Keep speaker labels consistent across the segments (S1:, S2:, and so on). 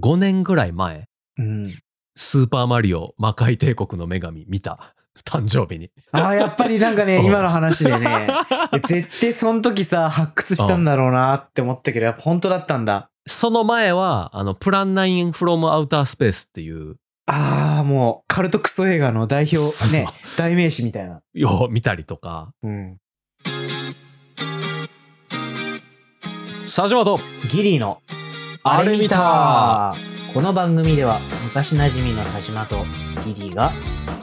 S1: 5年ぐらい前、
S2: うん。
S1: スーパーマリオ魔界帝国の女神見た。 誕生日に。
S2: ああ、やっぱりなん か
S1: う
S2: ね、
S1: ん
S2: 今の話 でね、絶対その時さ、発掘したんだろうなって思ったけど、やっぱ本当だったんだ。
S1: その前は、あの、プランナインフロムアウタースペースっていう、
S2: ああ、もう、カルトクソ映画の代表、
S1: そうそう
S2: ね、代名詞みたいな。
S1: よう見たりとか、
S2: うん。
S1: 佐島と、
S3: ギリの
S1: あれ見た
S3: この番組では昔なじみの佐島とギリが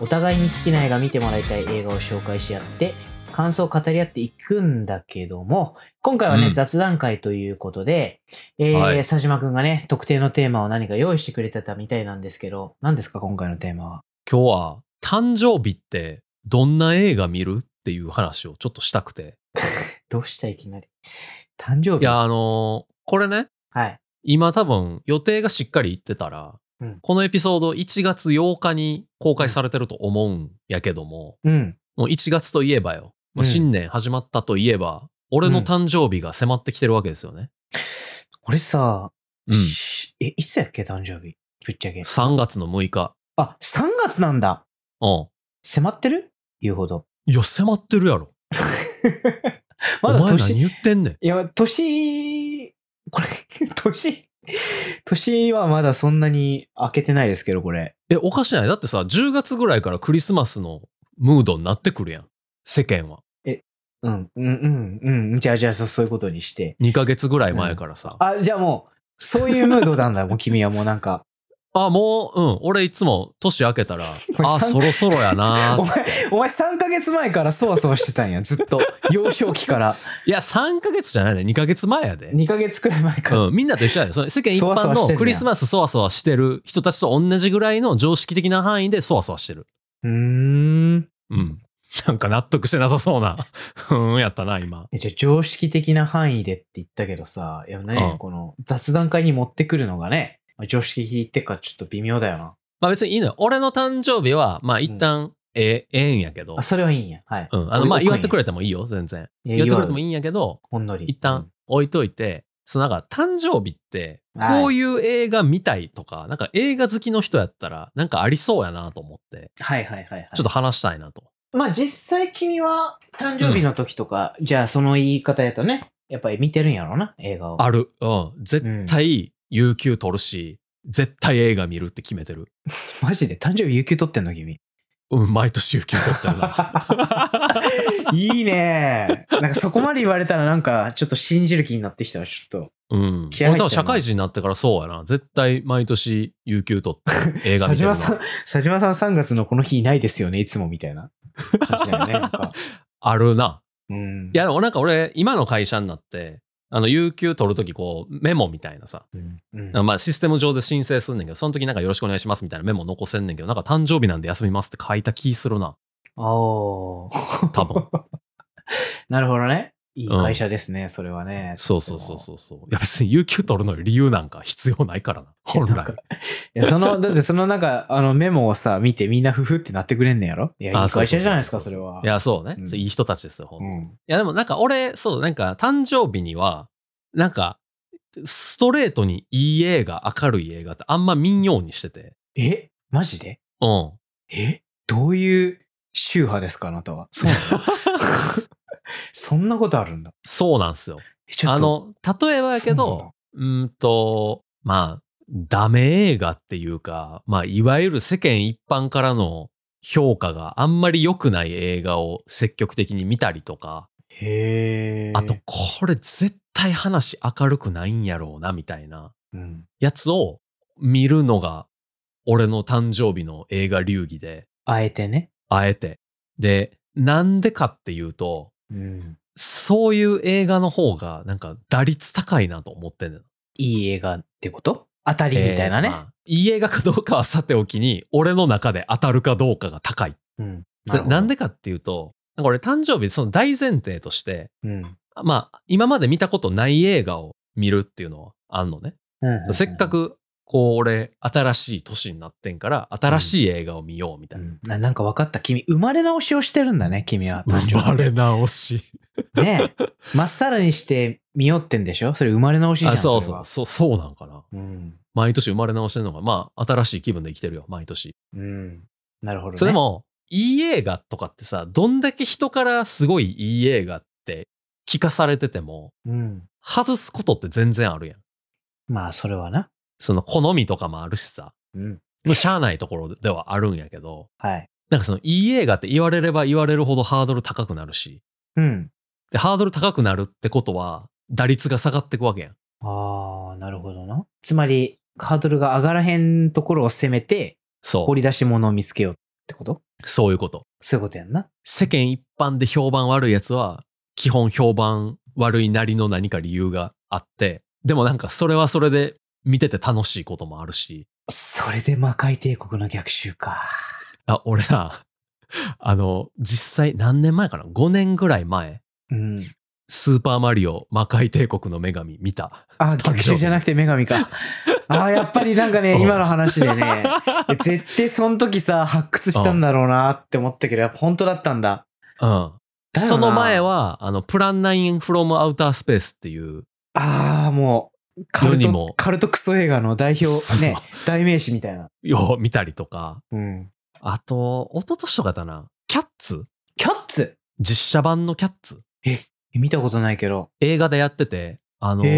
S3: お互いに好きな映画見てもらいたい映画を紹介し合って感想を語り合っていくんだけども今回はね、
S1: うん
S3: 雑談会ということで、えー
S1: はい
S3: 佐島くんがね特定のテーマを何か用意してくれてたみたいなんですけど何ですか今回のテーマは
S1: 今日は誕生日ってどんな映画見るっていう話をちょっとしたくて。
S3: どうしたいきなり誕生日
S1: いや、あのーこれね、
S3: はい
S1: 今多分予定がしっかりいってたら、
S3: うん
S1: このエピソード1月8日に公開されてると思うんやけども、
S2: うん。
S1: もう1月といえばよ、まあ
S2: うん
S1: 新年始まったといえば、俺の誕生日が迫ってきてるわけですよね。
S3: 俺さ、
S1: うん。
S3: しえいつやっけ誕生日ぶっちゃけ
S1: 3月の6日。
S3: あ3月なんだ
S1: うん。
S3: 迫ってる言うほど。
S1: いや、迫ってるやろ。
S3: まだ
S1: お前何
S3: 年、い
S1: 言ってんねん。
S3: や、年、
S2: これ、 年、年はまだそんなに開けてないですけど、これ。
S1: え、おかしないだってさ、10月ぐらいからクリスマスのムードになってくるやん。世間は。
S2: うん、うん、うん、うん。じゃあ、じゃあ、そそういうことにして。
S1: 2ヶ月ぐらい前からさ。
S2: あ、じゃあもう、そういうムードなんだ、もう君はもうなんか。
S1: あ、もう、うん。俺いつも年明けたら、
S2: れ
S1: あ、
S2: さん
S1: そろそろやな
S2: お。前、お前3ヶ月前からそわそわしてたんや、ずっと。幼少期から。
S1: いや、3ヶ月じゃないね。2ヶ月前やで。
S2: 2ヶ月くらい前から。
S1: うん、みんなと一緒やで。その世間一
S2: そわそ
S1: 般
S2: わしてんね
S1: の
S2: や
S1: クリスマスそわそわしてる人たちと同じぐらいの常識的な範囲でそわそわしてる。
S2: うーん。
S1: うん。なんか納得してなさそう な、うん、やったな、今。
S2: えじゃあ常識的な範囲でって言ったけどさ、いやね、
S1: うん
S2: この雑談会に持ってくるのがね、まあ常識的ってかちょっと微妙だよな。
S1: まあ別にいいのよ。俺の誕生日は、まあ一旦、ええ、ええんやけど
S2: あ、。それはいいんや。はい。
S1: うん。あの、まあ
S2: 俺
S1: 祝ってくれてもいいよ、全然。
S2: いや
S1: 祝ってくれてもい
S2: い
S1: いんやけど、
S2: ほんのり。
S1: 一旦置いといて、そのなんか誕生日って、
S2: はい
S1: こういう映画見たいとか、なんか映画好きの人やったら、なんかありそうやなと思って、
S2: うん。はいはいはいはい。
S1: ちょっと話したいなと。
S2: まあ実際君は誕生日の時とか、じゃあその言い方やとね、やっぱり見てるんやろうな、映画を。
S1: ある。うん。絶対、有給取るし、絶対映画見るって決めてる。
S2: マジで誕生日有給取ってんの君。
S1: うん、毎年有給取ってるな。
S2: いいねなんかそこまで言われたらなんかちょっと信じる気になってきたわ、ちょっと。
S1: うん。
S2: 気合入ってんな
S1: 俺多分社会人になってからそうやな。絶対毎年有給取 って映画 見
S2: 佐
S1: てる
S2: 島
S1: な。
S2: さん、佐島さん3月のこの日いないですよね、いつもみたいな感じだよね。な んか
S1: あるな。
S2: うん
S1: いや、でもなんか俺、今の会社になって、あの、有給取るときこう、メモみたいなさ、
S2: うんうん
S1: あまあシステム上で申請すんねんけど、その時なんかよろしくお願いしますみたいなメモ残せんねんけど、なんか誕生日なんで休みますって書いた気するな。
S2: おー
S1: 多 分。
S2: なるほどね。いい会社ですね、それはね。
S1: そうそうそうそうそう。いや別に有給取るのに理由なんか必要ないからな。本
S2: なん
S1: 来
S2: か。いや、その、だってそのなんか、あのメモをさ、見てみんなふふってなってくれんねやろいや、い
S1: あ
S2: い
S1: そう
S2: 会
S1: そうそうそう
S2: 社じゃないですか、それは。
S1: いや、そうね。
S2: うん
S1: そういい人たちですよ、ほん
S2: う
S1: とい
S2: ん。
S1: や、でもなんか俺、そう、なんか誕生日には、なんか、ストレートにいい映画、明るい映画ってあんま見んようにしてて。
S2: えマジで
S1: うん。
S2: えどういう宗派ですか、あなたは。そうなの そんなことあるんだ。
S1: そうなんすよ。
S2: えちょっ
S1: あ
S2: と
S1: の、例えばやけ
S2: そうなん
S1: ど
S2: だ、
S1: うーんと、まあ、ダメ映画っていうか、まあ、いわゆる世間一般からの評価があんまり良くない映画を積極的に見たりとか、
S2: へー
S1: あと、、これ絶対話明るくないんやろうな、みたいな
S2: うん、
S1: やつを見るのが、俺の誕生日の映画流儀で、
S2: あえてね。
S1: あえて。で、なんでかっていうと、
S2: うん。
S1: そういう映画の方が、なんか、打率高いなと思ってんねん。
S2: いい映画ってこと当たりみたいな
S1: えー
S2: ね。
S1: まあいい映画かどうかはさておきに、俺の中で当たるかどうかが高い。
S2: うん。
S1: な
S2: るほど
S1: んでかっていうと、なんか俺誕生日、その大前提として、
S2: うん。
S1: まあ、今まで見たことない映画を見るっていうのはあんのね。
S2: うん
S1: せっか、く、こう俺、新しい年になってんから、新しい映画を見ようみた
S2: う
S1: いな。
S2: ん、ななんか分かった。君、生まれ直しをしてるんだね、君は。誕生日
S1: 生まれ直し。
S2: ねえ。まっさらにして見ようってんでしょそれ生まれ直しじゃん。
S1: あ、そう
S2: れ
S1: そ
S2: は
S1: う、そう、そうなんかな。
S2: うん。
S1: 毎年生まれ直してるのが、まあ、新しい気分で生きてるよ、毎年。
S2: うん。なるほど、ね。
S1: それで、も、いい映画とかってさ、どんだけ人からすごいいい映画って聞かされてても、
S2: うん。
S1: 外すことって全然あるやん。
S2: まあ、それはな。
S1: その好みとかもあるしさ、
S2: うん。
S1: もうしゃあないところではあるんやけど、
S2: はい。
S1: なんかそのいい映画って言われれば言われるほどハードル高くなるし、
S2: うん。
S1: で、ハードル高くなるってことは、打率が下がってくわけやん。
S2: ああ、なるほどな。つまり、ハードルが上がらへんところを攻めて、
S1: そ
S2: 掘り出し物を見つけようってこと
S1: う。そういうこと。
S2: そういうことやんな。
S1: 世間一般で評判悪いやつは、基本評判悪いなりの何か理由があって、でもなんかそれはそれで見てて楽しいこともあるし、
S2: それで魔界帝国の逆襲か。
S1: あ、俺な、 あの、実際何年前かな ?5 年ぐらい前、
S2: うん。
S1: スーパーマリオ魔界帝国の女神見た。
S2: あ、
S1: 誕生日
S2: 逆襲じゃなくて女神か。ああ、やっぱりなん か
S1: う
S2: ね、
S1: ん
S2: 今の話で ね、 絶対その時さ、発掘したんだろうなって思ったけど、やっぱ本当だったんだ。
S1: うん。
S2: だよな
S1: その前は、あの、プラン9 from outer space っていう、
S2: ああ、もう、カル
S1: 世にも
S2: ト、カルトクソ映画の代表、
S1: そうそう
S2: ね、代名詞みたいな。
S1: よう見たりとか、
S2: うん。
S1: あと、一昨年とかだな、キャッツ
S2: キャッツ
S1: 実写版のキャッツ
S2: 見たことないけど。
S1: 映画でやってて、あの、
S2: へ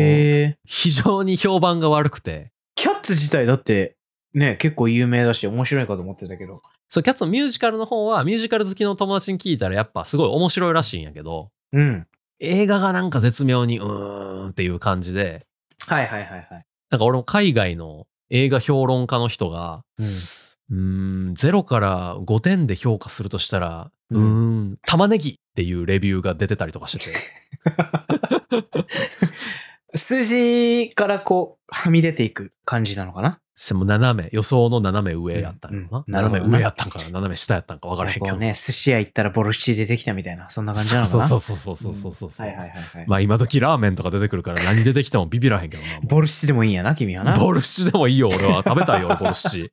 S2: え。
S1: 非常に評判が悪くて、
S2: キャッツ自体だって、ね、結構有名だし、面白いかと思ってたけど。
S1: そう、キャッツのミュージカルの方は、ミュージカル好きの友達に聞いたら、やっぱすごい面白いらしいんやけど、
S2: うん。
S1: 映画がなんか絶妙に、うーんっていう感じで、
S2: はいはいはいはい。
S1: なんか俺も海外の映画評論家の人が、
S2: うん。
S1: うーん、0から5点で評価するとしたら、う
S2: う
S1: ーん、玉ねぎっていうレビューが出てたりとかしてて、
S2: 数字からこう、はみ出ていく感じなのかな
S1: それも斜め、予想の斜め上やったんかな、
S2: うんなるほ
S1: 斜
S2: どな
S1: め上やったんかな斜め下やったんか分からへんけ
S2: こ
S1: ど。
S2: うね、寿司屋行ったらボルシチ出てきたみたいな、そんな感じなのか
S1: そう
S2: な
S1: そううそうそうそうそうそうそう。
S2: はいはいはいはい。
S1: まあ今時ラーメンとか出てくるから何出てきてもビビらへんけどな。
S2: ボルシチでもいいんやな、君はな。
S1: ボルシチでもいいよ、俺は。食べたいよ、ボルシ チ。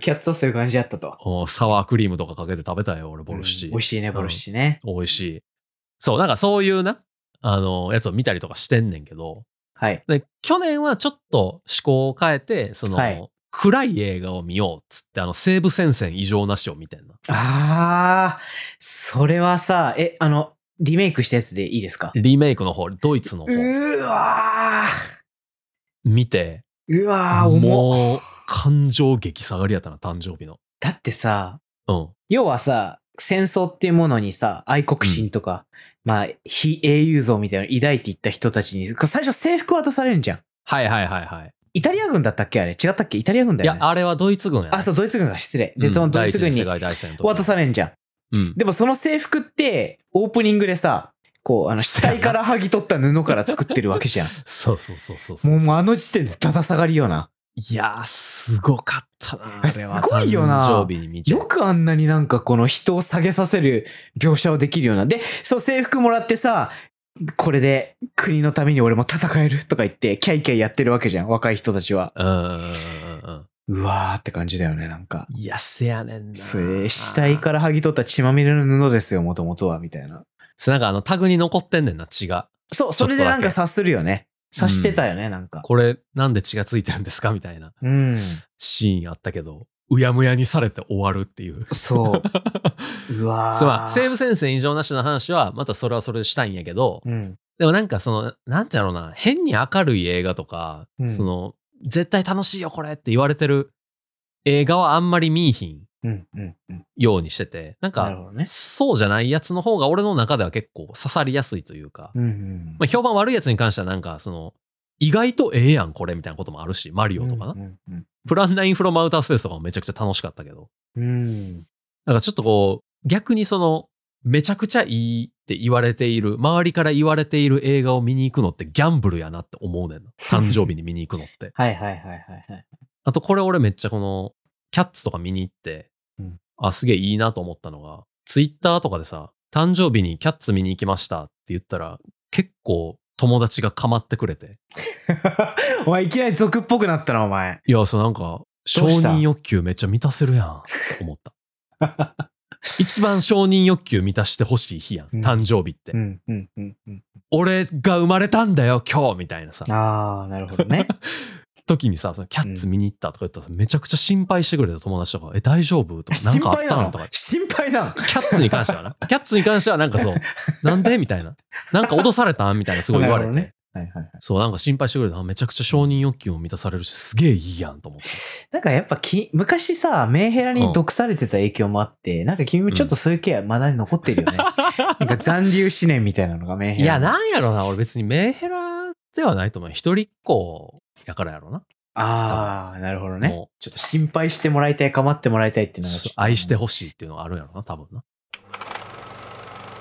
S2: キャッツはそういう感じだったと。
S1: おサワークリームとかかけて食べたいよ、俺、ボルシチ。
S2: うん美味しいね、ボルシチね。
S1: 美味しい。そう、なんかそういうな、あの、やつを見たりとかしてんねんけど、
S2: はい。
S1: で、去年はちょっと思考を変えて、その、
S2: はい
S1: 暗い映画を見ようっつって、あの、西部戦線異常なしを見てんな。
S2: あー、それはさ、え、あの、リメイクしたやつでいいですか
S1: リメイクの方、ドイツの
S2: う
S1: 方、
S2: ーわ
S1: 見て、
S2: ー。うわー、重っ。
S1: もう、感情激下がりやったな、誕生日の。
S2: だってさ、
S1: うん。
S2: 要はさ、戦争っていうものにさ、愛国心とか、まあ、非英雄像みたいなの抱いていった人たちに、最初制服渡されるんじゃん。
S1: はいはいはいはい。
S2: イタリア軍だったっけあれ違ったっけイタリア軍だ
S1: い
S2: よ
S1: や
S2: ね、。
S1: あれはドイツ軍や、ね。
S2: あ、そう、ドイツ軍が失礼。
S1: う
S2: で、
S1: ん
S2: そのドイツ軍
S1: 第一次
S2: に
S1: 世界大戦の時
S2: 渡されんじゃん。
S1: うん。
S2: でもその制服って、オープニングでさ、こう、あの、死
S1: そうやな
S2: 体から剥ぎ取った布から作ってるわけ じゃん。
S1: そうそうそうそうそう
S2: もう、もうあの時点でただ下がりよな。
S1: いやー、すごかったな。あ
S2: え
S1: れは
S2: すごいよな
S1: 誕生日に見て。
S2: よくあんなになんかこの人を下げさせる描写をできるような。で、そう制服もらってさ、これで国のために俺も戦えるとか言って、キャイキャイやってるわけじゃん。若い人たちは。
S1: うんうんうんうん。
S2: うわーって感じだよね、なんか。
S1: いや、せやねんな。
S2: それ、死体から剥ぎ取った血まみれの布ですよ、もともとは、みたいな。
S1: そう。なんかあのタグに残ってんねんな、血が。
S2: そう、それでなん
S1: ちょっ
S2: か
S1: と
S2: 察するよね。察してたよね、なんか。
S1: これ、なんで血がついてるんですかみたいな
S2: うん。
S1: シーンあったけど、うやむやにされて終わるっていう。
S2: そう。うわー。
S1: そうまあ、西武先生異常なしの話は、またそれはそれでしたいんやけど、
S2: うん。
S1: でもなんかその、なんてやろうな、変に明るい映画とか、
S2: うん
S1: その、絶対楽しいよこれって言われてる映画はあんまり見いひん
S2: うん。うん。うん。
S1: ようにしてて、なん
S2: な
S1: か、
S2: るほどね。
S1: そうじゃないやつの方が俺の中では結構刺さりやすいというか、
S2: うんうん。
S1: まあ、評判悪いやつに関してはなんか、その、意外とええやんこれみたいなこともあるし、マリオとかな。
S2: うんうん
S1: プランナインフロムアウタースペースとかもめちゃくちゃ楽しかったけど、
S2: う
S1: な
S2: ん。
S1: んかちょっとこう、逆にその、めちゃくちゃいいって言われている、周りから言われている映画を見に行くのってギャンブルやなって思うねん な。誕生日に見に行くのって。
S2: はいはいはいはいはい。
S1: あとこれ俺めっちゃこの、キャッツとか見に行って、
S2: うん
S1: あ、すげえいいなと思ったのが、ツイッターとかでさ、誕生日にキャッツ見に行きましたって言ったら、結構友達が構ってくれて、
S2: お前いきなり俗っぽくなったな、お前。
S1: いや、そうなんか、承
S2: どうした
S1: 認欲求めっちゃ満たせるやん って思った。一番承認欲求満たしてほしい日やん。
S2: うん
S1: 誕生日って。
S2: んうんうんうん。
S1: 俺が生まれたんだよ、今日みたいなさ。
S2: ああ、なるほどね。
S1: 時にさ、そのキャッツ見に行ったとか言ったらさ、めちゃくちゃ心配してくれた友達とか、え、大丈夫とか、 なんか
S2: 心
S1: あっ
S2: 配
S1: た
S2: なんの
S1: とか。
S2: 心配なの
S1: キャッツに関しては な。キャッツに関してはなんかそう、なんでみたいな。なんか脅されたんみたいなすごい言われて。
S2: なるほどねはいはいはい
S1: そう、なんか心配してくれた。あめちゃくちゃ承認欲求も満たされるし、すげえいいやんと思って。
S3: なんかやっぱき昔さ、メンヘラに毒されてた影響もあって、なんか君もちょっとそういうケア、まだに残ってる よね。
S2: なんか残留思念みたいなのがメンヘ
S1: い
S2: ラ
S1: や、なんやろな。俺別にメンヘラではないと思う。一人っ子やからやろな。
S2: ああなるほどね
S1: も
S2: ちょっと心配してもらいたい構ってもらいたいっていうのが
S1: そ
S2: ち
S1: う
S2: ょっと
S1: 愛してほしいっていうのがあるんやろな、多分な。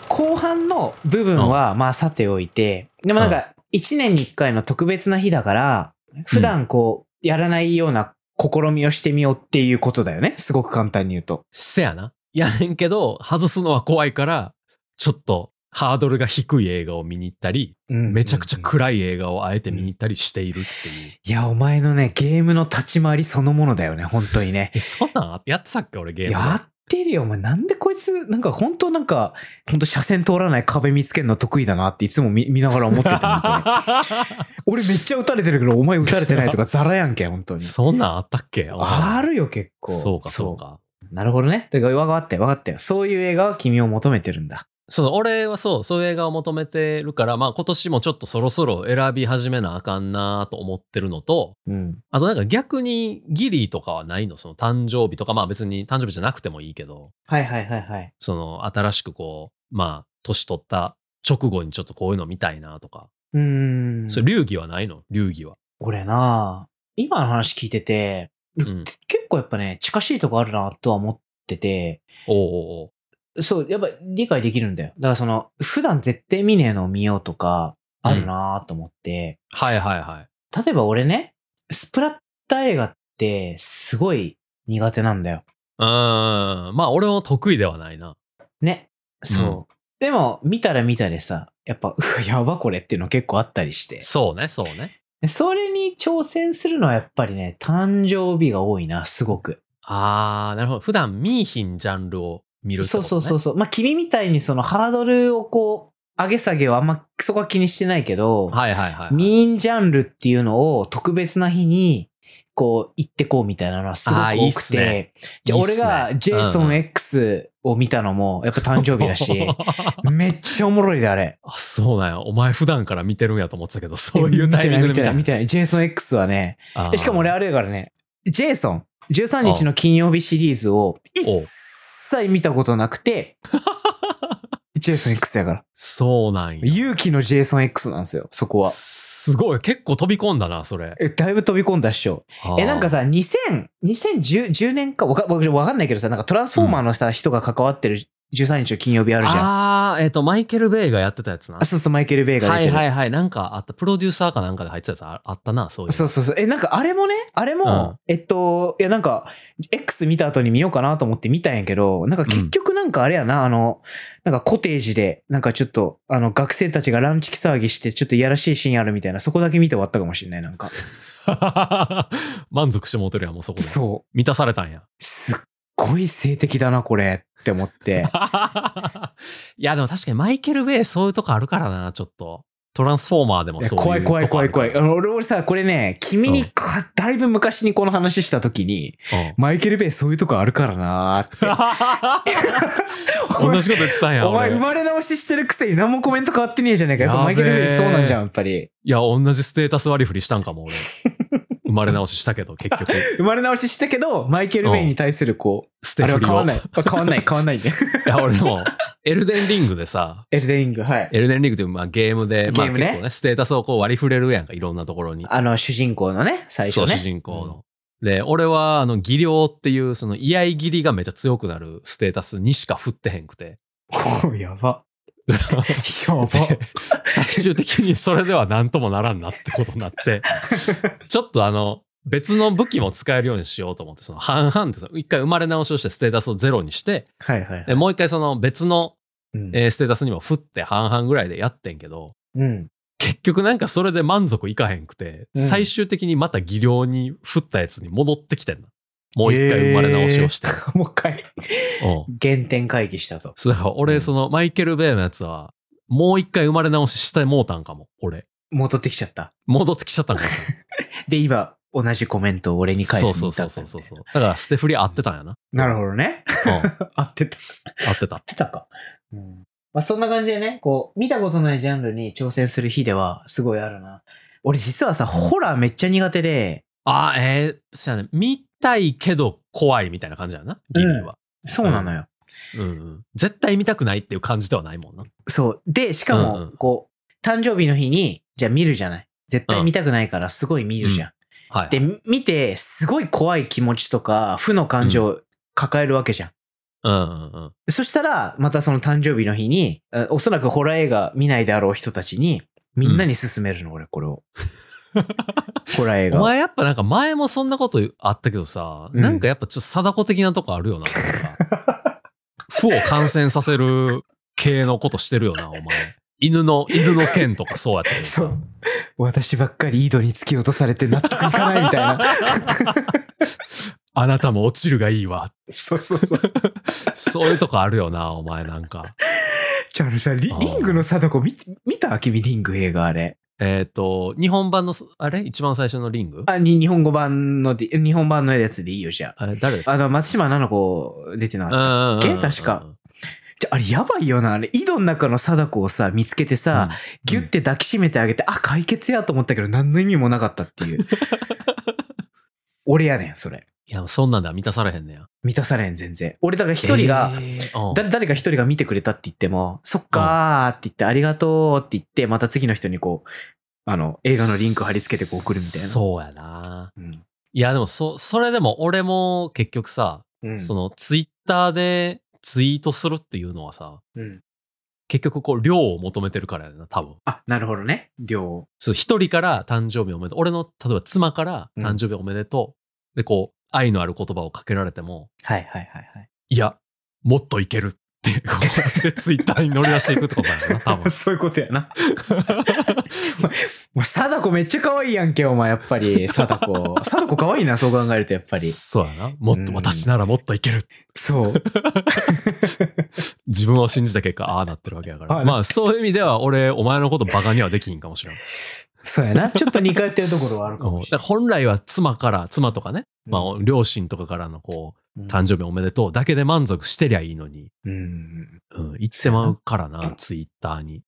S2: 後半の部分
S1: 分
S2: はまあさておいてでもなんか
S3: 一年に一回の特別な日だから、普段こう、やらないような
S2: 試みをしてみようっていうことだよねすごく簡単に言うと
S1: せやな。いやねんけど、外すのは怖いから、ちょっとハードルが低い映画を見に行ったり、めちゃくちゃ
S2: く
S1: 暗い映画をあえて見に行ったりしているっていう。
S2: いやお前のねゲームの立ち回りそのものだよね本当にね
S1: え、そんなんあってやってたっけ俺ゲームで。
S2: やってるよ、お前。なんでこいつ、なんか本当なんか、本当車線通らない壁見つけるの得意だなっていつも見見ながら思ってた本当に 俺めっちゃ撃たれてるけど、お前撃たれてないとかザラやんけ、本当に。
S1: そんなんあったっけ
S2: あるよ、結構。
S1: そうか、そう。か。
S2: なるほどね。だから分かったよ、分かったよ。そういう映画は君を求めてるんだ。
S1: そうそう、俺はそう、そういう映画を求めてるから、まあ今年もちょっとそろそろ選び始めなあかんなと思ってるのと、
S2: うん。
S1: あとなんか逆にギリとかはないのその誕生日とか、まあ別に誕生日じゃなくてもいいけど、
S3: はいはいはいはい。
S1: その新しくこう、まあ年取った直後にちょっとこういうの見たいなとか、
S3: うーん。
S1: それ流儀はないの流儀は。
S3: 俺な今の話聞いてて、
S1: うん。
S3: 結構やっぱね、近しいとこあるなとは思ってて、
S1: おうおうおう
S3: そう、やっぱ理解できるんだよ。だからその、普段絶対見ねえのを見ようとか、あるなと思って、
S1: はいはいはい。
S3: 例えば俺ね、スプラッタ映画って、すごい苦手なんだよ。
S1: うーん。まあ俺も得意ではないな。
S3: ね。そう。
S1: う
S3: でも、見たら見たでさ、やっぱ、うわやばこれっていうの結構あったりして。
S1: そうね、そうね。
S3: でそれに挑戦するのはやっぱりね、誕生日が多いな、すごく。
S1: あー、なるほど。普段見いひんジャンルを見るって
S3: そ
S1: こと、
S3: う
S1: ね、
S3: そうそうそう。まあ、君みたいにそのハードルをこう、上げ下げはあんまそこは気にしてないけど、
S1: はいはいはい。
S3: ミーンジャンルっていうのを特別な日に、こう、行ってこうみたいなのはすごく多
S1: あ
S3: く
S1: ー
S3: て。
S1: いいっすね
S3: じゃあ
S1: いいっす
S3: 俺
S1: ね
S3: がジェイソ
S1: うんう
S3: ン
S1: ん
S3: X を見たのも、やっぱ誕生日だ し、めっちゃおもろいであれ。
S1: あ、そうなんや。お前普段から見てるんやと思ってたけど、そういうタイミング
S3: 見
S1: で見た
S3: てない、見てない。ジェイソン X はね、
S1: あ
S3: えしかも俺あれやからね、ジェイソン、13日の金曜日シリーズを一切見たことなく て、ジェイソン X やから。
S1: そうなんや。
S2: 勇気のジェイソン X なんですよ、そこは。
S1: すごい。結構飛び込んだな、それ。
S2: え、だいぶ飛び込んだっしょ。
S1: あー
S3: え、なんかさ、2000、2010 10年か、わかわかんないけどさ、なんかトランスフォーマーのさ、人が関わってる13日の金曜日あるじゃん。
S1: あー、えっ、と、マイケル・ベイがやってたやつな。
S2: あ、そうそう、マイケル・ベイが
S1: は
S2: 出て
S1: い
S2: る。
S1: はいはい。なんかあった、プロデューサーかなんかで入ってたやつああったな、そういう。
S2: そうそうそう。え、なんかあれもね、あれも、えっと、いやなんか、X 見た後に見ようかなと思って見たんやけど、なんか結局なんかあれやな、あの、なんかコテージで、なんかちょっと、あの、学生たちがランチキ騒ぎして、ちょっといやらしいシーンあるみたいな、そこだけ見て終わったかもしれない、なんか。
S1: 満足してもうてるやん、もうそこで。
S2: そう。
S1: 満たされたん や。
S2: すっごい性的だな、これ、って 思って。
S1: いや、でも確かにマイケル・ベイそういうとこあるからな、ちょっと。トランスフォーマーでも
S2: いや
S1: そういうとこあ
S2: 怖い
S1: る
S2: 怖い怖い怖い。
S1: か
S2: あ
S1: ら
S2: の俺俺さ、これね、君に
S1: うん
S2: か、だいぶ昔にこの話した時に、
S1: うん
S2: マイケル・ベイそういうとこあるからなーって
S1: 同じこと言ってたんや。
S2: お前
S1: 俺
S2: 生まれ直ししてるくせに何もコメント変わってねえじゃねえか。やっぱ
S1: や
S2: マ
S1: べ
S2: イ
S1: え
S2: ケル・ベイそうなんじゃん、やっぱり。
S1: いや、同じステータス割り振りしたんか も、俺。生まれ直ししたけど、結局。
S2: 生まれ直ししたけど、マイケル・ベイに対するこ
S1: ス
S2: う、
S1: テ
S2: あれ
S1: 振
S2: は
S1: り
S2: 変わ
S1: を。
S2: んない。変わんない、変わん ないね。
S1: いや、俺でも、エルデンリングでさ、
S2: エルデンリング、はい。
S1: エルデンリングというまあゲームで、まあ
S2: ゲーム
S1: 結
S2: ね
S1: 構ね、ステータスをこう割り振れるやんか、いろんなところに。
S2: あの、主人公のね、最初
S1: そう、
S2: ね。
S1: 主人公の。で、俺は、あの、技量っていう、その、居合切りがめっちゃ強くなるステータスにしか振ってへんくて。
S2: おう やば。やば。
S1: で最終的にそれでは何ともならんなってことにな って、ちょっとあの、別の武器も使えるようにしようと思って、その半々でその、一回生まれ直しをしてステータスをゼロにして、
S2: はいはいはい
S1: で、もう一回その別の、
S2: うん
S1: えーステータスにも振って半々ぐらいでやってんけど、
S2: うん。
S1: 結局なんかそれで満足いかへんくて、
S2: うん
S1: 最終的にまた技量に振ったやつに戻ってきてんな。もう一回生まれ直しをして。
S2: もう一回。
S1: うん。
S3: 原点回帰したと。
S1: そうだから
S2: う
S1: 俺、
S2: ん
S1: そのマイケル・ベイのやつは、もう一回生まれ直ししてもうたんかも、俺。
S2: 戻ってきちゃった。
S1: 戻ってきちゃったんかも。
S2: で、今、同じコメントを俺に返す
S1: そう
S2: み
S1: そう
S2: た
S1: そ
S2: いうな
S1: そうそうそう。だから、捨て振り合ってたんや な。
S2: なるほどね。
S1: うん。合
S2: 合ってた。
S1: ってた。
S2: てたか。
S3: うんまあ、そんな感じでね、こう、見たことないジャンルに挑戦する日では、すごいあるな。
S2: 俺実はさ、ホラーめっちゃ苦手で、
S1: ああ、えー、そやね。見たいけど怖いみたいな感じやな。ギリは。
S2: そうなのよ。
S1: うん、うん。絶対見たくないっていう感じではないもんな。
S2: そう。で、しか
S1: うんう
S2: も
S1: ん、
S2: こう、誕生日の日に、じゃあ見るじゃない。絶対見たくないから、すごい見るじゃん。
S1: はい。
S2: で、み見て、すごい怖い気持ちとか、負の感情を抱えるわけじゃん。
S1: うんうんうん。
S2: そしたら、またその誕生日の日に、あおそらくホラー映画見ないであろう人たちに、みんなに勧めるの、俺、これを。 ホラ
S1: お
S2: ー映画を。
S1: 前やっぱなんか前もそんなことあったけどさ、
S2: うん
S1: なんかやっぱちょっと貞子的なとこある よな。なんか負を感染させる系のことしてるよな、お前。犬の、犬の剣とかそうやったけど
S2: そ
S1: さ
S2: う。私ばっかり井戸に突き落とされて納得いかないみたいな。
S1: あなたも落ちるがいいわ。
S2: そうそうそう。
S1: そういうとこあるよな、お前なんか。
S2: じゃあ、あれさ、リ
S1: あー
S2: リングの貞子見て、見た君、リング映画あれ。
S1: えっ、と、日本版のす、あれ一番最初のリング
S2: あ、に、日本語版ので、日本版のやつでいいよ、じゃあ。
S1: あれ誰
S2: あの、松島菜々子出てなかった。
S1: うんうんうんうん
S2: 確か。じゃあ、あれやばいよな。あれ、井戸の中の貞子をさ、見つけてさ、ギュッて抱きしめてあげて、あ、解決やと思ったけど、何の意味もなかったって いう。俺やねん、それ。
S1: いや、そんなんでは満たされへんねや。
S2: 満たされん、全然。俺、だから一人が、
S1: えーうん
S2: だ誰か一人が見てくれたって言っても、そっかーって言って、ありがとうって言って、また次の人にこう、あの、映画のリンク貼り付けてこう送るみたいな。
S1: そうやな。
S2: うん。
S1: いや、でも、そ、それでも俺も結局さ、
S2: うん。
S1: そのツイッターでツイートするっていうのはさ、
S2: うん
S1: 結局こう量を求めてるからやな、多分。
S2: あ、なるほどね。量を。
S1: そう、一人から誕生日おめでとう。俺の、例えば妻から
S2: うん
S1: 誕生日おめでとう。で、こう、愛のある言葉をかけられても、
S2: はいはいはい はい。
S1: いや、もっといけるって、こう、でツイッターに乗り出していくってことだよな、多分。
S2: そういうこと や な。もう、貞子めっちゃ可愛いやんけ、お前、やっぱり。貞子。貞子可愛いな、そう考えると、やっ ぱり。
S1: そうやな。もっと、
S2: うん
S1: 私ならもっといける。
S2: そう。
S1: 自分を信じた結果、ああなってるわけやか
S2: ああ
S1: ら。
S2: な
S1: まあ、そういう意味では、俺、お前のことバカにはできひんかもしれん。
S2: そうやな。ちょっと似通ってるところはあるか
S1: うん
S2: も
S1: だ
S2: し
S1: か
S2: れ
S1: ら本来は妻から、妻とかね、まあ、両親とかからのこう、
S2: ない。
S1: 誕生日おめでとうだけで満足してりゃいいのに、
S2: うん。
S1: うん、言ってまうからな、ツイッターに。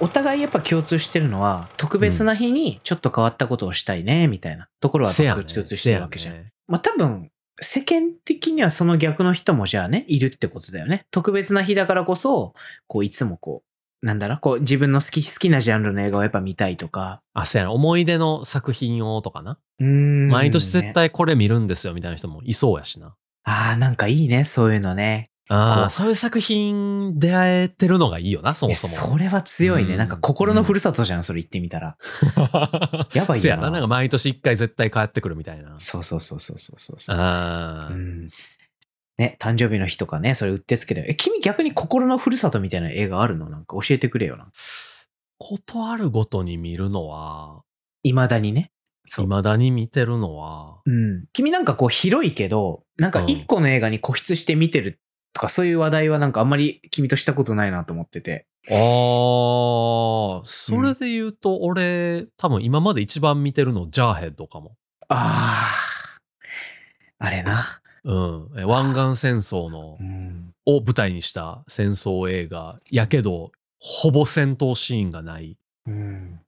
S2: お互いやっぱ共通してるのは、特別な日にちょっと変わったことをしたいね、みたいなところは
S1: せや
S2: 共
S1: ね
S2: 通し
S1: せ
S2: て
S1: や
S2: るわ
S1: ね
S2: けじゃん。まあ多分、世間的にはその逆の人もじゃあね、いるってことだよね。特別な日だからこそ、こういつもこう、なんだろう、こう自分の好き、好きなジャンルの映画をやっぱ見たいとか。
S1: あ、せやね思い出の作品をとかな。
S2: うーん
S1: 毎年絶
S2: ね
S1: 対これ見るんですよみたいな人もいそうやしな。
S2: ああ、なんかいいね、そういうのね。
S1: あ
S2: こ
S1: あ、
S2: う
S1: そういう作品出会えてるのがいいよな、そもそも。
S2: いやそれは強いうね。
S1: ん
S2: なんか心のふるさとじゃん、それ言ってみたら。やばいよな
S1: せやな。なんか毎年一回絶対帰ってくるみたいな。
S2: そうそうそうそうそうそうそう。
S1: ああ、
S2: うん。ね、誕生日の日とかね、それうってつけで。え、君逆に心のふるさとみたいな映画あるのなんか教えてくれよな。
S1: ことあるごとに見るのは、
S2: 未だにね。そう
S1: 未だに見てるのは、
S2: うん。君なんかこう広いけど、なんか一個の映画に固執して見てるとか、そういう話題はなんかあんまり君としたことないなと思ってて。
S1: ああ、それで言うと、俺、多分今まで一番見てるの、ジャーヘッドかも。
S2: ああ。あれな。
S1: うん。え湾岸戦争の
S2: うん。
S1: を舞台にした戦争映画。やけど、ほぼ戦闘シーンがない
S2: うん。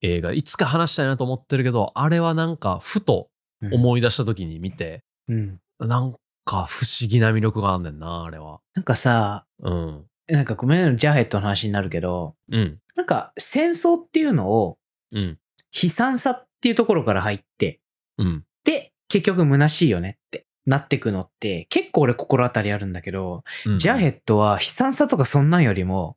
S1: 映画。いつか話したいなと思ってるけど、あれはなんか、ふと思い出した時に見て、
S2: うん。
S1: なんか不思議な魅力があんねんな、あれは。
S2: なんかさ、
S1: うん。
S2: なんかごめんね、ジャーヘッドの話になるけど、
S1: うん。
S2: なんか戦争っていうのを
S1: うん。
S2: 悲惨さっていうところから入って、
S1: うん。
S2: で、結局虚しいよねってなってくのって、結構俺心当たりあるんだけど、
S1: うん
S2: ジャーヘッドは悲惨さとかそんなんよりも、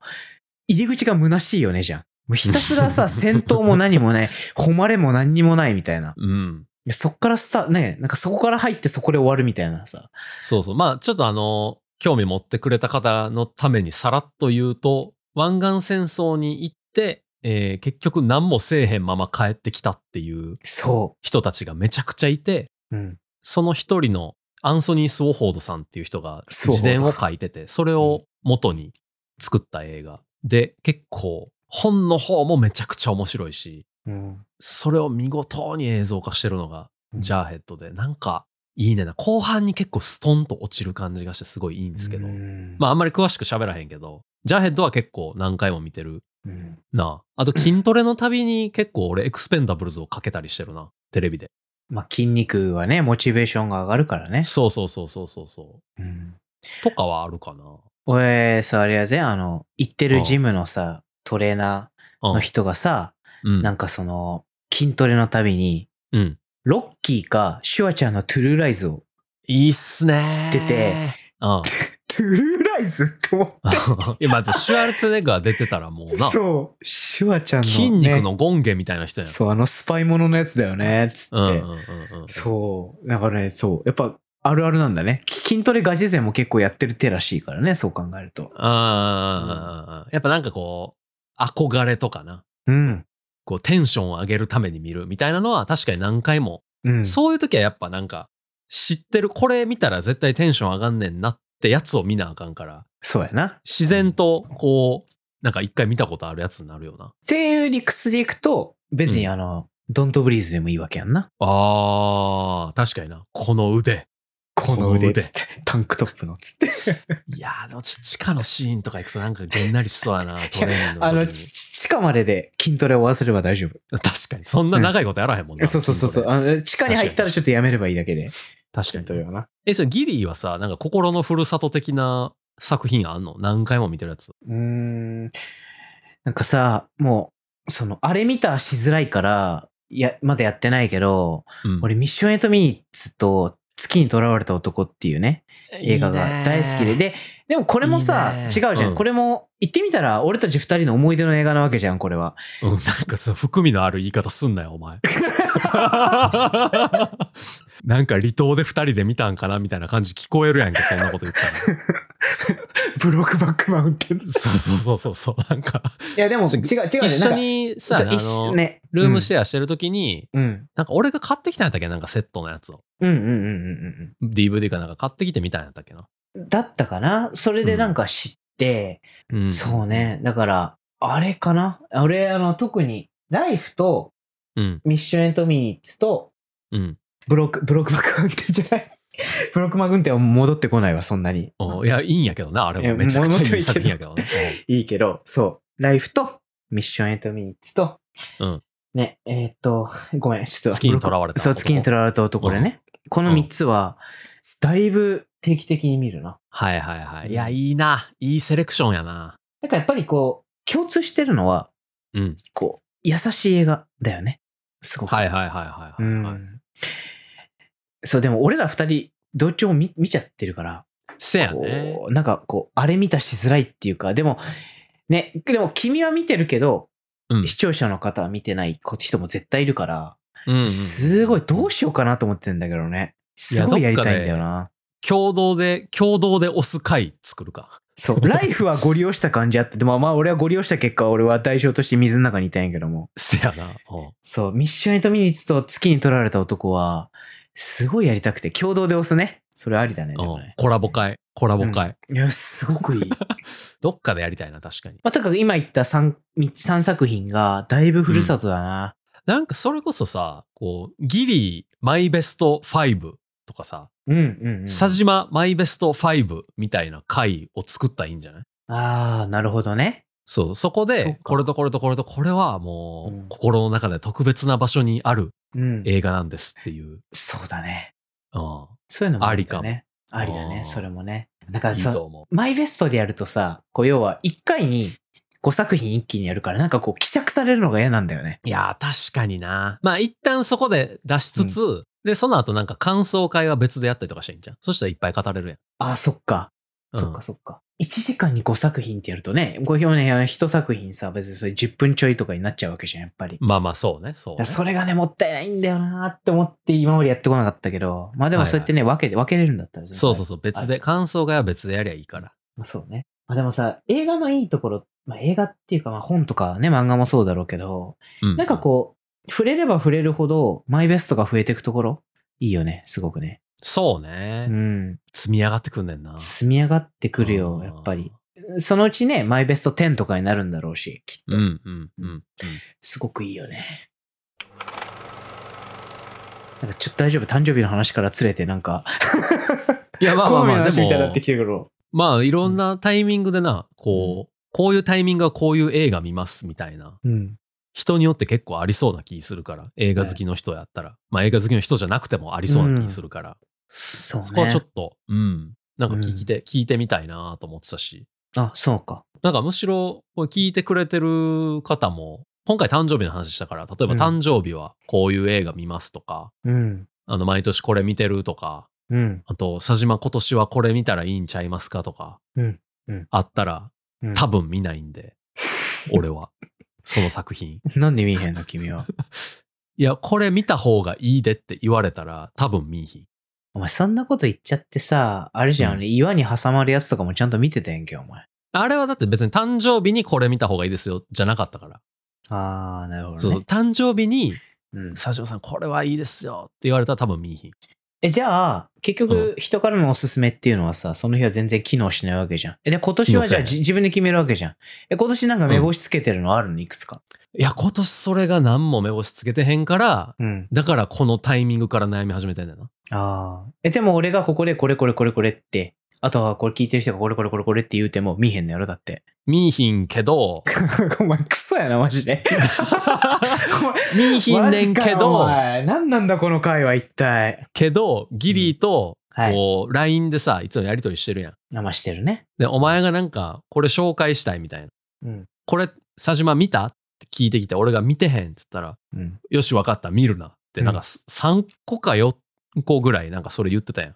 S2: 入り口が虚しいよね、じゃん。もうひたす らさ、戦闘も何もない、誉れも何にもないみたいな。
S1: うん。
S2: いやそっからスタート、ね、なんかそこから入ってそこで終わるみたいなさ。
S1: そうそう。まあ、ちょっとあの、興味持ってくれた方のためにさらっと言うと、湾岸戦争に行って、えー結局何もせえへんまま帰ってきたっていう
S2: そ
S1: 人たちがめちゃくちゃいて、
S2: う。うん。
S1: その一人のアンソニー・スウォフォードさんっていう人が
S2: スウォフォ
S1: 自
S2: ード
S1: 伝を書いてて、それを元に作った映画で、結構本の方もめちゃくちゃ面白いし、
S2: うん。
S1: それを見事に映像化してるのが、
S2: うん
S1: ジャーヘッドで、なんか、いいねんな。後半に結構ストンと落ちる感じがして、すごいいいんですけど。ま
S2: あ、
S1: あ、あんまり詳しく喋らへんけど、ジャーヘッドは結構何回も見てる
S2: うん
S1: な。あと、筋トレの度に結構俺、エクスペンダブルズをかけたりしてるな。テレビで。
S2: まあ、筋肉はね、モチベーションが上がるからね。
S1: そうそうそうそうそうそう。
S2: うん。
S1: とかはあるかな。
S2: 俺、さ、あれやぜ、あの、行って
S1: うん
S2: るジムのさ、トレーナーの人がさ、
S1: うん。
S2: なんかその、筋トレのたびに、
S1: うん。
S2: ロッキーかシュワちゃんのトゥルーライズを。
S1: いいっすねー。
S2: 出て
S1: うん。
S2: トゥルーライズと思っ
S1: 今、だってシュワルツェネッガー出てたらもうな、
S2: そう。シュワちゃんの、ね。
S1: 筋肉のゴンゲみたいな人やん。
S2: そう、あのスパイもののやつだよね、つって。
S1: うんうんうんうん。
S2: そう。だからね、そう。やっぱ、あるあるなんだね。き筋トレガチ勢も結構やってる手らしいからね、そう考えると。
S1: ああ、やっぱなんかこう、憧れとかな。
S2: うん。
S1: こう、テンションを上げるために見るみたいなのは確かに何回も。
S2: うん。
S1: そういう時はやっぱなんか、知ってる、これ見たら絶対テンション上がんねんなってやつを見なあかんから、
S2: そうやな。
S1: 自然とこう、なんか一回見たことあるやつになるよな。
S2: っていう理屈でいくと、別にあの、ドントブリーズでもいいわけやんな。
S1: ああ、確かにな。この腕。
S2: こ
S1: の腕
S2: つって。タンクトップのつって。
S1: いやー、でもち地下のシーンとか行くとなんかげんなりしそうやな、トレーニング
S2: あ
S1: の
S2: の、
S1: 時に
S2: ち地下までで筋トレを終わらせれば大丈夫。
S1: 確かに。そんな長いことやらへんもんな。
S2: そうそうそうそ
S1: 筋
S2: う。
S1: トレ
S2: あの、地下に入ったらちょっとやめればいいだけで。
S1: 確かに。
S2: はな。
S1: え、それギリーはさ、なんか心のふるさと的な作品あんの何回も見てるやつ。
S2: うーん。なんかさ、もう、その、あれ見たしづらいから、いや、まだやってないけど、
S1: うん
S2: 俺、ミッションエイトミニッツと、月に囚われた男っていうね、映画が大好きで。、で、でもこれもさ、
S1: いいね
S2: 違うじゃん,、
S1: うん
S2: これも、言ってみたら、俺たち二人の思い出の映画なわけじゃん、これは。
S1: うん、なんかその含みのある言い方すんなよ、お 前。なんか離島で二人で見たんかなみたいな感じ聞こえるやんけ、そんなこと言った ら。
S2: ブロックバックマウンテン。い
S1: そうそうそうそうそう。なんか、
S2: や、でも、違、
S1: そう
S2: 違うじゃん。
S1: 一緒
S2: なんか
S1: にさ、あ
S2: そう一緒
S1: の、
S2: ね。
S1: ルームシェアしてる時に、
S2: うん。うん。
S1: なんか俺が買ってきたんやったっけなんかセットのやつを。
S2: うんうんうんうん
S1: DVD かなんか買ってきてみたんやったっけな。
S2: うん。だったかなそれでなんか知って、
S1: うん
S2: そう。ね。だから、あれかな俺、あの、特に、ライフと、
S1: うん。
S2: ミッションエントミニッツと、
S1: うん。
S2: ブロック、ブロックマグ運転じゃない。 ブロックマグ運転は戻ってこないわ、そんなに。
S1: おいや、いいんやけどな、あれ
S2: え
S1: も。めちゃくちゃ
S2: もう
S1: いい作品やけどね。
S2: いいけど、そう。ライフと、ミッションエントミニッツと、
S1: うん
S2: ね、えーっと、ごめん、ちょっと。
S1: 月に囚われた男
S2: そう、月に囚われた男でね。この3つは、だいぶ定期的に見るな。
S1: はいはいはい。いや、いいな。いいセレクションやな。
S2: なんかやっぱりこう、共通してるのは、
S1: うん。
S2: こう、優しい映画だよね。すごく。
S1: はいはいはいはい、
S2: う
S1: はい
S2: ん。そう、でも俺ら二人、どっちも見見ちゃってるから、
S1: せやね。
S2: こうなんかこう、あれ見たしづらいっていうか、でも、ね、でも君は見てるけど、
S1: うん
S2: 視聴者の方は見てない人も絶対いるから、
S1: うんうん
S2: すごいどうしようかなと思ってんだけどね。
S1: いや
S2: すごいやりたいんだよな。
S1: 共同で、共同で押す回作るか。
S2: そう、ライフはご利用した感じあって、でもまあ俺はご利用した結果、俺は代償として水の中にいたんやけども。
S1: せやな。うん
S2: そう、ミッションエイトミニッツと月に取られた男は、すごいやりたくて、共同で押すね。それありだね。でも
S1: うん
S2: ね
S1: コラボ会。コラボ会、
S2: いや、すごくいい。 ま
S1: どっかでやりたいな、確かに。
S2: あ、とにかく今言った三三三作品が、だいぶふるさとだな。
S1: なんかそれこそさ、こう、ギリーマイベスト5とかさ、
S2: うん、うん、うん。
S1: 佐島マイベスト5みたいな回を作ったらいいんじゃない
S2: ああ、なるほどね。
S1: そう、そこ
S2: そう
S1: で
S2: か、
S1: これとこれとこれとこれはも
S2: うん
S1: う、心の中で特別な場所にある
S2: うん。
S1: 映画なんですっていう。
S2: そうだね。
S1: うん。
S2: そういうのも
S1: ありかも
S2: ね。ありだね
S1: あ。ー
S2: それもね。だから
S1: いい
S2: さ
S1: と思
S2: マイベストでやるとさ、こう、要は、一回に5作品一気にやるから、なんかこう、希釈されるのが嫌なんだよね。
S1: う。いやー、確かにな。まあ、一旦そこで出しつつ、で、その後なんか感想会は別でやったりとかしていいんじゃんそしたらいっぱい語れるやん。
S2: ああ、そっか。
S1: うん
S2: そっかそっか。1時間に5作品ってやるとね、5表ね、1作品さ、別にそれ10分ちょいとかになっちゃうわけじゃん、やっぱり。
S1: まあまあ、そうね、そう、ね。
S2: それがね、もったいないんだよなーって思って今までやってこなかったけど、まあで
S1: は
S2: も
S1: いはい
S2: そうやってね、分けて、分けれるんだったら全然
S1: そうそうそう、別で、感想会は別でやりゃいいから。
S2: まあそうね。まあでもさ、映画のいいところ、まあ映画っていうかまあ本とかね、漫画もそうだろうけど、
S1: うん。
S2: なんかこう、触れれば触れるほど、マイベストが増えていくところ、いいよね、すごくね。
S1: そうね、
S2: うん。
S1: 積み上がってくんねんな。
S2: 積み上がってくる
S1: う
S2: よ
S1: ん、
S2: やっぱり。。そのうちね、マイベスト10とかになるんだろうし、きっと。
S1: うんうんうん。うん
S2: すごくいいよね。なんかちょっと大丈夫、誕生日の話から連れて、なんか、
S1: いや、まあまあ
S2: 好みの
S1: まあ、
S2: 話
S1: で
S2: みたいにな
S1: も
S2: って、きてるけど。
S1: まあいろんなタイミングでな、こう、こういうタイミングはこういう映画見ますみたいな、
S2: うん。
S1: 人によって結構ありそうな気するから、映画好きの人やったら、まあ映画好きの人じゃなくてもありそうな気するから、
S2: そうね。
S1: そこはちょっと、うん、なんか聞いて、聞いてみたいなと思ってたし、
S2: あ、そうか。
S1: なんかむしろこれ聞いてくれてる方も、今回誕生日の話したから、例えば
S2: うん
S1: 誕生日はこういう映画見ますとか、
S2: うん。
S1: あの毎年これ見てるとか、
S2: うん。
S1: あと、佐島今年はこれ見たらいいんちゃいますかとか、
S2: うんうん
S1: あったら、
S2: うん
S1: 多分見ないんで、俺 は、その作品。
S2: なんで見えへんの、君は。
S1: いや、これ見た方がいいでって言われたら、多分見いひん。
S2: お前、そんなこと言っちゃってさ、あれじゃん、
S1: うん
S2: 岩に挟まるやつとかもちゃんと見てたやんけ、お前。
S1: あれはだって別に誕生日にこれ見た方がいいですよ、じゃなかったから。
S2: あー、なるほど、ね。
S1: そうそう、誕生日に、
S2: うん
S1: 佐島さんこれはいいですよって言われたら多分見いひん。
S2: え、じゃあ、結局、人からのおすすめっていうのはさ、その日は全然機能しないわけじゃん。え、で、今年はじゃ
S1: 機能せえ
S2: あ
S1: へん
S2: じ自分で決めるわけじゃん。え、今年なんか目星つけてるのあるのいくつか。
S1: いや、今年それが何も目星つけてへんから、
S2: うん。
S1: だからこのタイミングから悩み始めてんだよな。
S2: ああ。え、でも俺がここでこれこれこれこれって、あとはこれ聞いてる人がこれこれこれこれって言うても見えへんのやろだって。
S1: 見いひんけど、
S2: お前クソやな、マジ で。
S1: 見いひんねんけど、
S2: 何なんだこの回は一体。
S1: けど、ギリーと、
S2: はい
S1: こう、LINE でさ、いつもやりとりしてるやん。
S2: 生してるね。
S1: で、お前がなんか、これ紹介したいみたいな。
S2: うん。
S1: これ、佐島見たって聞いてきて、俺が見てへんって言ったら、
S2: うん。
S1: よし、わかった、見るなって、なん
S2: う
S1: か、3個か4個ぐらい、なんかそれ言ってたやん。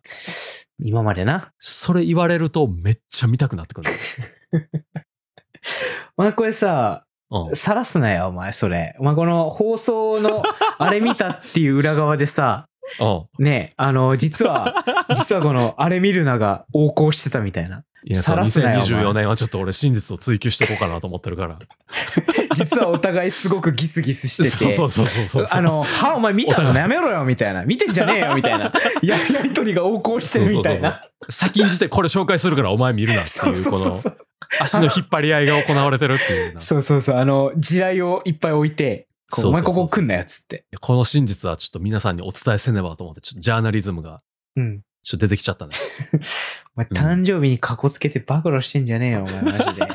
S2: 今までな。
S1: それ言われると、めっちゃ見たくなってく る。
S2: お前これさ、
S1: うん。
S2: さらすなよ、お前、それ。お前、この放送 のあれ見たっていう裏側でさ、
S1: うん。
S2: ねえ、あの、実 は、実はこの、あれ見るなが横行してたみたいな。
S1: いや、その
S2: 晒すなよお
S1: 2024
S2: 前
S1: 年はちょっと俺、真実を追求していこうかなと思ってるから。
S2: 実はお互いすごくギスギスし
S1: そう
S2: てて。
S1: そうそうそうそう。
S2: あの、は、お前見た
S1: お
S2: の
S1: 互
S2: やめろよ、みたいな。見てんじゃねえよ、みたい な。や、やりとりが横行してるみたいな。
S1: 先んじてこれ紹介するからお前見るなって
S2: そう
S1: いう、
S2: そう
S1: こ
S2: そう
S1: の
S2: そう。
S1: 足の引っ張り合いが行われてるっていうな。
S2: そうそうそう。あの、地雷をいっぱい置いて、こう
S1: そう
S2: お
S1: そう
S2: 前
S1: そう
S2: こ
S1: そう
S2: こ来んなやつって。
S1: この真実はちょっと皆さんにお伝えせねばと思って、ちょっとジャーナリズムが
S2: うん。
S1: ちょっと出てきちゃ ったね。
S2: お前、誕生日にかこつけて暴露してんじゃねえよ、お前、マジで。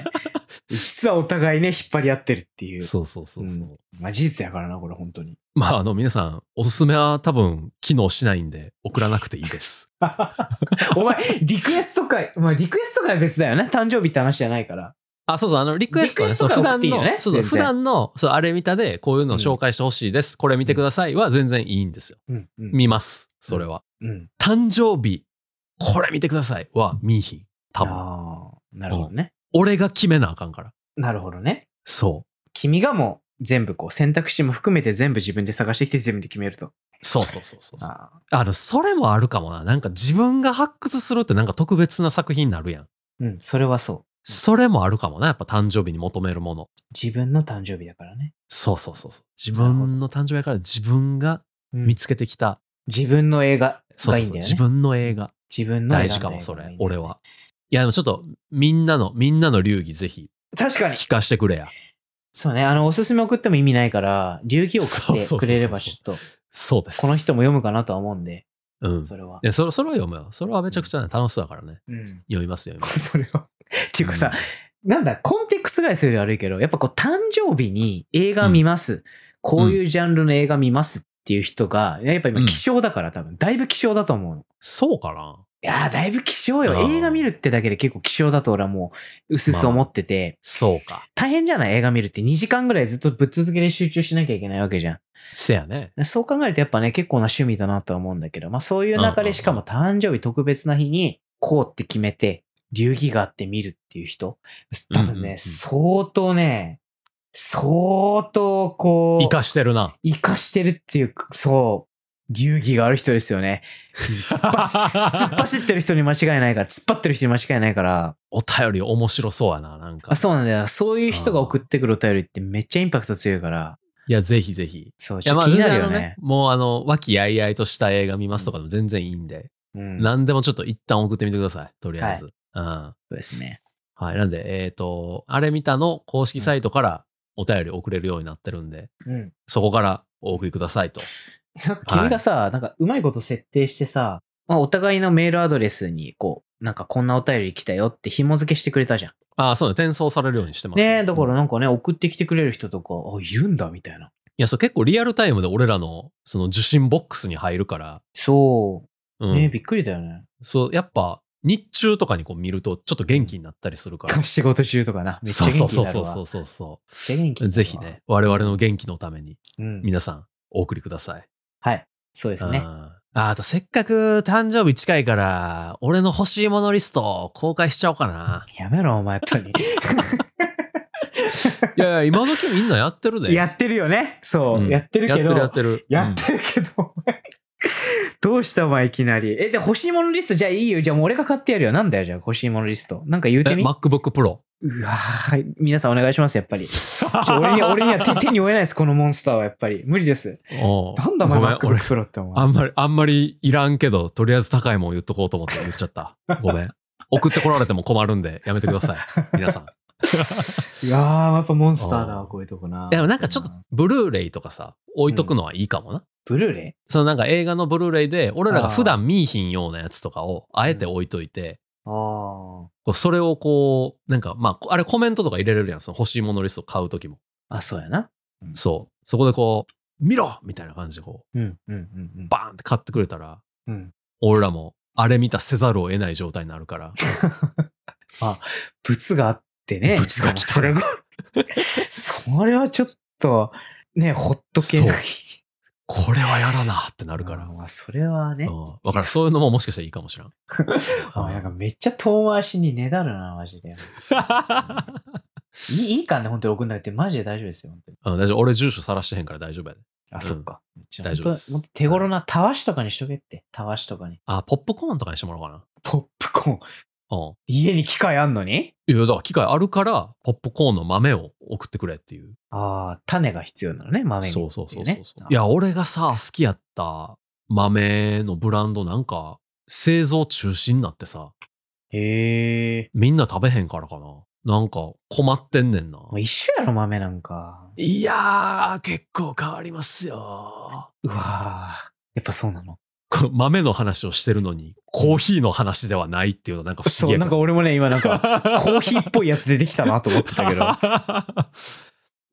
S2: 実はお互いね、引っ張り合ってるっていう。
S1: そうそうそうそう。
S2: うんまあ、事実やからな、これ、本当に。
S1: まあ、あの、皆さん、おすすめは多分、機能しないんで、送らなくていい です。
S2: お前、リクエスト会、まあ、リクエスト会は別だよね。誕生日って話じゃないから。
S1: あ、そうそう、あの、リクエストね、
S2: リクエス
S1: そう
S2: ト
S1: 普
S2: が多
S1: 段
S2: くていいよ
S1: の、
S2: ね
S1: そうそう、
S2: 全然
S1: 普段の、そう、あれ見たで、こういうのを紹介してほしいです、これ見てくださいは全然いいんですよ。
S2: うん、うん
S1: 見ます、それは。
S2: うん。
S1: 誕生日、これ見てくださいは、見いひん。多分。
S2: ああ、なるほどね。
S1: 俺が決めなあかんから。
S2: なるほどね。
S1: そ
S2: 君がもう、全部こう、選択肢も含めて全部自分で探してきて全部で決めると。
S1: う。そうそうそうそうそう。
S2: ああ。
S1: あの、それもあるかもな。なんか自分が発掘するってなんか特別な作品になるやん。
S2: うん、それはそう。
S1: それもあるかもな。やっぱ誕生日に求めるもの。
S2: 自分の誕生日だからね。
S1: そうそうそうそう。自分の誕生日やから自分が
S2: うん
S1: 見つけてきた、
S2: 自分の映画
S1: そう
S2: が
S1: そそう
S2: いういんだよね。
S1: 自分の映画。
S2: 自分の
S1: 大
S2: 選んだ映画がいいんだよね
S1: 事かも、それ。俺は。。いや、でもちょっと、みんなの、みんなの流儀ぜひ
S2: 確かに。
S1: 聞かしてくれや。
S2: そうね。あの、おすすめ送っても意味ないから、流儀を送ってくれれば
S1: そう
S2: ちょっと、
S1: そうです。
S2: この人も読むかなとは思うんで、
S1: うん。
S2: それは。
S1: で、それ、それは読むよ。それはめちゃくちゃね、楽しそうだからね。
S2: うん。
S1: 読みます、読みます。
S2: それは。っていうかさ、なんだ、コンテクスト外すより悪いけど、やっぱこう、誕生日に映画見ます。こういうジャンルの映画見ますっていう人が、やっぱ
S1: う
S2: 今
S1: ん
S2: 希少だから多分、だいぶ希少だと思うの。
S1: そうかな。
S2: いやー、だいぶ希少よ。
S1: あー
S2: 映画見るってだけで結構希少だと俺はもう、うすうす思ってて、
S1: そうか。
S2: 大変じゃない映画見るって2時間ぐらいずっとぶっ続けで集中しなきゃいけないわけじゃ
S1: せやね。
S2: ん。そう考えるとやっぱね、結構な趣味だなとは思うんだけど、まあそういう中
S1: うんうんう
S2: で
S1: ん
S2: しかも誕生日特別な日に、こうって決めて、流儀があって見るっていう人、多分
S1: う
S2: ね、
S1: んうんうん
S2: 相当ね、相当こう、
S1: 生かしてるな。
S2: 生かしてるっていうか、そう、流儀がある人 ですよ ね。突っ走突っ走ってる人に間違いないから、突っ張ってる人に間違いないから、
S1: お便り面白そうやな、なんか
S2: あ。そうなんだよ。そういう人が送ってくるお便りってめっちゃインパクト強いから、
S1: いや、ぜひぜひ。
S2: そう、
S1: い
S2: ち
S1: や、
S2: ょっ
S1: ま
S2: と
S1: あ、
S2: 気に
S1: 全
S2: な
S1: 然
S2: る
S1: あ
S2: よ
S1: の
S2: ね
S1: ね。、もうあの、和気あいあいとした映画見ますとかでも全然いいんで、
S2: うん。そ
S1: 何でもちょっと一旦送ってみてください、とりあえず。うん。
S2: うですね。
S1: はい。なんで、えっ、と、あれ見たの公式サイトからお便り送れるようになってるんで、
S2: うん。
S1: そこからお送りくださいと。
S2: なんか 君がさ、なんかうまいこと設定してさ、まあ、お互いのメールアドレスに、こう、なんかこんなお便り来たよって紐付けしてくれたじゃん。
S1: ああ、そうね。転送されるようにしてます
S2: ねえ、だから
S1: うんい
S2: なんかね、送ってきてくれる人とか、あ、いるんだ、みたいな。
S1: や、そう、結構リアルタイムで俺らの、その受信ボックスに入るから、
S2: そうう。
S1: ん。
S2: ねえびっくりだよね。
S1: そう、やっぱ、日中とかにこう見ると、ちょっと元気になったりする から。
S2: 仕事中とかな。めっちゃ元気になるわ。
S1: そうそうそう
S2: めっ
S1: そうそ
S2: ちゃ元気になる
S1: う。
S2: わ
S1: ぜひね、。我々の元気のために、
S2: うん。
S1: 皆さん、お送りください。
S2: はい。そうです
S1: う
S2: ね
S1: ん。ああと、せっかく誕生日近いから、俺の欲しいものリスト公開しちゃおうかな。
S2: やめろ、お前、 本当に。
S1: いやいや、今時みんなやってるで。
S2: やってるよね。そう、
S1: うん
S2: やってるけど。
S1: やってる、や
S2: や
S1: っ
S2: って
S1: る。
S2: てるけど、お前どうしたお前いきなり。え、で、欲しいものリストじゃあいいよ。じゃあもう俺が買ってやるよ。なんだよ、じゃあ欲しいものリスト。なんか言うて
S1: うんえ、
S2: み。
S1: MacBook Pro。
S2: うわー皆さんお願いします、やっぱり。ちょ俺には、俺には手手に負えないです、このモンスターはやっぱり。無理です。
S1: おう
S2: なんだお前、
S1: ごめん
S2: MacBook
S1: 俺
S2: Pro ってお前
S1: あ。んまり、あんまりいらんけど、とりあえず高いもん言っとこうと思って言っちゃ った。ごめん。送ってこられても困るんで、やめてください。皆さん。
S2: いやー、やっぱモンスターだ
S1: う
S2: わ、
S1: ん
S3: こういうとこな。
S1: でもなんかちょっと、ブルーレイとかさ、置いとくのはいいかもな。
S2: ブルーレ
S1: そのなんか映画のブルーレイで、俺らが普段見いひんようなやつとかを、あえて置いといて、
S2: イあ
S1: こうそれをこう、なんか、まあ、あれコメントとか入れれるやん、その欲しいものリスト買うときも。
S2: あ。あ、そうやな。
S1: そう。そこでこう、見ろみたいな感じでこう、
S2: うん、うん、うん、うん。
S1: バーンって買ってくれたら、
S2: うん
S1: 俺らも、あれ見たせざるを得ない状態になるから。
S2: 物があってね。
S1: 物が来た
S2: それが。 それはちょっと、ね、ほっとけない。
S1: これはやらなってなるから。
S2: あ
S1: う
S2: ー
S1: ん
S2: まあ、それはね。
S1: わ、からんそういうのももしかしたらいいかもしらん。
S2: あなんかめっちゃ遠回しにねだるな、マジで。いいいいかんね、本当に送んなくて、マジで大丈夫ですよ、本当に。
S1: うん、大丈夫。俺住所さらしてへんから大丈夫やで。
S2: あ、そっか。ちょ
S1: 大丈夫です
S2: 本当に手頃な、たわしとかにしとけって、たわしとかに。
S1: あ、ポップコーンとかにしてもらおうか
S2: ポップコーン、
S1: な。うん。
S2: 家に機械あんのに
S1: いや、だから機械あるから、ポップコーンの豆を送ってくれっていう。
S2: ああ、種が必要なのね、豆に。
S1: そうそうそうそう
S2: っていね
S1: そう。いや、俺がさ、好きやった豆のブランドなんか、製造中止になってさ、
S2: へえ。
S1: みんな食べへんからかな。なんか困ってんねんな。
S2: もう一緒やろ、豆なんか。
S1: いやー、結構変わりますよ。
S2: うわーやっぱそうなの。
S1: この豆の話をしてるのに、コーヒーの話ではないっていうのなんか不思議
S2: そう、
S1: や
S2: なんか俺もね、今なんか、コーヒーっぽいやつ出てきたなと思ってたけど。 あ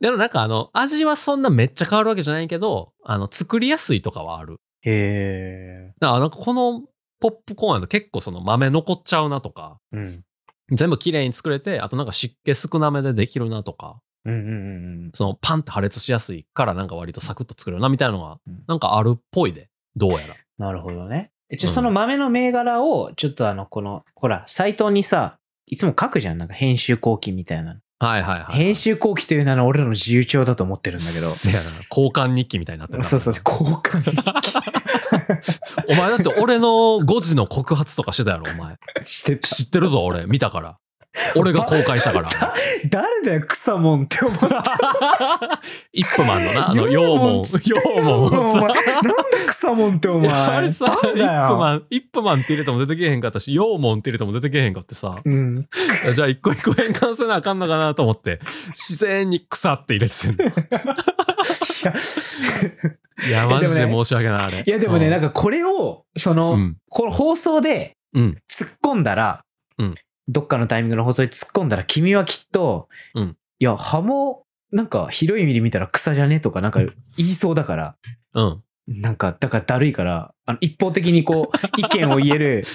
S1: でもなんかあの、味はそんなめっちゃ変わるわけじゃないけど、あの、作りやすいとかはある。
S2: へえ。
S1: だからなんかこのポップコーンやと結構その豆残っちゃうなとか、
S2: うん。
S1: 全部綺麗に作れて、あとなんか湿気少なめでできるなとか、
S2: うんうんうんうん。
S1: そのパンって破裂しやすいからなんか割とサクッと作れるなみたいなのが
S2: うん、
S1: なんかあるっぽいで、どうやら。
S2: なるほどね。えちょ、
S1: うん
S2: その豆の銘柄を、ちょっとあの、この、ほら、サイトにさ、いつも書くじゃん。なんか編集後期みたいなの。
S1: はいはいはいはい。
S2: 編集後期という名の俺らの自由帳だと思ってるんだけど。
S1: せやな。交換日記みたいになってるな
S2: そうそう、交換
S1: お前だって俺の5時の告発とかしてたやろ、お前。
S2: してた。
S1: 知ってるぞ、俺。見たから。俺が公開したから。
S2: 誰だよ、草もんって思った。
S1: イップマンのな、あの、羊
S2: 羊
S1: 毛
S2: 毛
S1: を
S2: っ
S1: さ
S2: つっ。お前、なんで草もんってお前。
S1: あれさ、イ
S2: 誰だ
S1: ップ
S2: よ。
S1: マン、イップマンって入れても出てけえへんかったし、羊毛って入れても出てけえへんかってさ、
S2: うん。
S1: じゃあ一個一個変換せなあかんのかなと思って、自然に草って入れててん の。
S2: いや
S1: いや、マジで申し訳ない、あれ。
S2: いや、でもね、なん
S1: か、
S2: かこれを、その、
S1: うん。
S2: この放送で
S1: うん。
S2: 突っ込んだら、
S1: うん
S2: どっかのタイミングの放送に突っ込んだら、君はきっと、
S1: うん
S2: いや、葉も、なんか広い意味で見たら草じゃねとか、なんか言いそうだから、
S1: うん。
S2: なんか、だからだるいから、あの一方的にこ う、意見を言える、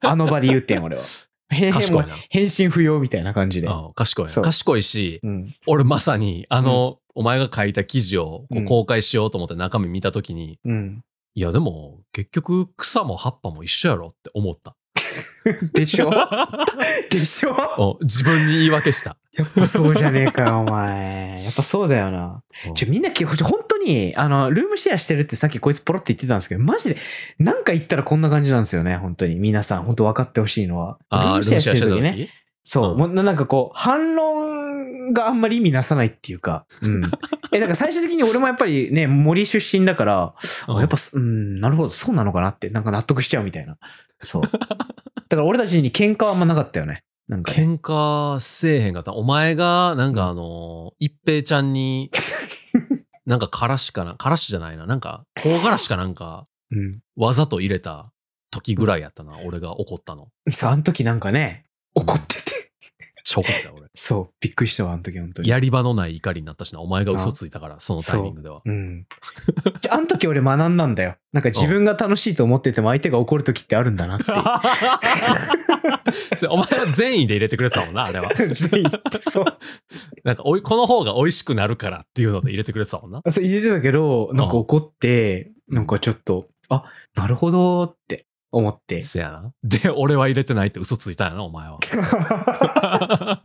S2: あの場で言うてん、俺は。へへ
S1: 賢いな
S2: もう返信不要みたいな感じで。
S1: あ賢い。
S2: そう
S1: 賢いし、
S2: うん。
S1: 俺まさに、あの、お前が書いた記事をこ
S2: う
S1: うん公開しようと思って中身見たときに、
S2: うん。
S1: いやでも結局草も葉っぱも一緒やろって思 った。
S2: でしょ でしょ
S1: お自分に言い訳した。
S2: やっぱそうじゃねえかよ、お前。やっぱそうだよな。ちょ、みんなき、ほんと本当に、あの、ルームシェアしてるってさっきこいつポロって言ってたんですけど、マジで、なんか言ったらこんな感じなんですよね、本当に。皆さん、本当分かってほしいのは。
S1: あールームシェアしてる
S2: 時
S1: 時
S2: ね。
S1: ね。
S2: そう、
S1: うん
S2: もうななんかこう、反論があんまり意味なさないっていうか。うん。 え、だから最終的に俺もやっぱりね、森出身だから、あ
S1: うん
S2: やっぱ、うん、なるほど、そうなのかなって、なんか納得しちゃうみたいな。そう。 だから俺たちに喧嘩はあんまなかったよね。なんかね、
S1: 喧嘩せえへんかった。お前がなんかあの、一平ちゃんになんかからしかな、からしじゃないな、なんか唐辛子かなんか
S2: うん。
S1: わざと入れた時ぐらいやったな、俺が怒ったの。
S2: さ、あの時なんかね、怒ってて。
S1: ちょこった 俺。
S2: そう、びっくりしたわ、あの時、本当に。
S1: やり場のない怒りになったしな、お前が嘘ついたから、そのタイミングでは。
S2: うん。じゃあ、あの時俺学んだんだよ。なんか自分が楽しいと思ってても相手が怒る時ってあるんだなっていう。
S1: そ れお前は善意で入れてくれてたもんな、あれは。
S2: 全員そう。
S1: なんかおい、この方が美味しくなるからっていうので入れてくれてたもんな。
S2: そう入れてたけど、なんか怒って、なんかちょっと、あ、なるほどって思って。
S1: せやな。で、俺は入れてないって嘘ついたんやな、お前は。 あ